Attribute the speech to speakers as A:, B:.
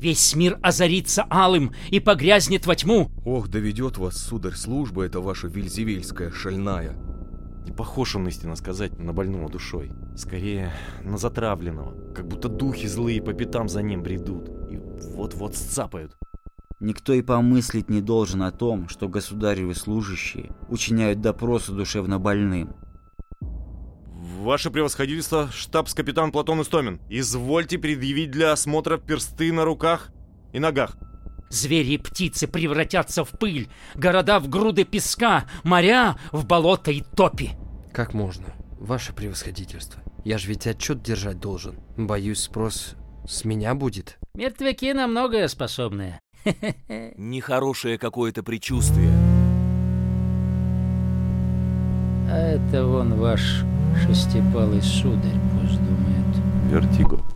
A: Весь мир озарится алым и погрязнет во тьму.
B: Ох, доведет вас, сударь, служба эта ваша вельзевельская, шальная.
C: Не похож он, истинно сказать, на больного душой. Скорее, на затравленного. Как будто духи злые по пятам за ним бредут. И вот-вот сцапают.
D: Никто и помыслить не должен о том, что государевы служащие учиняют допросы душевно больным.
C: Ваше превосходительство, штабс-капитан Платон Истомин, извольте предъявить для осмотра персты на руках и ногах.
A: Звери и птицы превратятся в пыль, города в груды песка, моря в болото и топи.
E: Как можно? Ваше превосходительство. Я же ведь отчет держать должен. Боюсь, спрос с меня будет.
A: Мертвяки на многое способны.
F: Нехорошее какое-то предчувствие.
A: А это вон ваш шестипалый сударь, пусть думает.
C: Вертиго.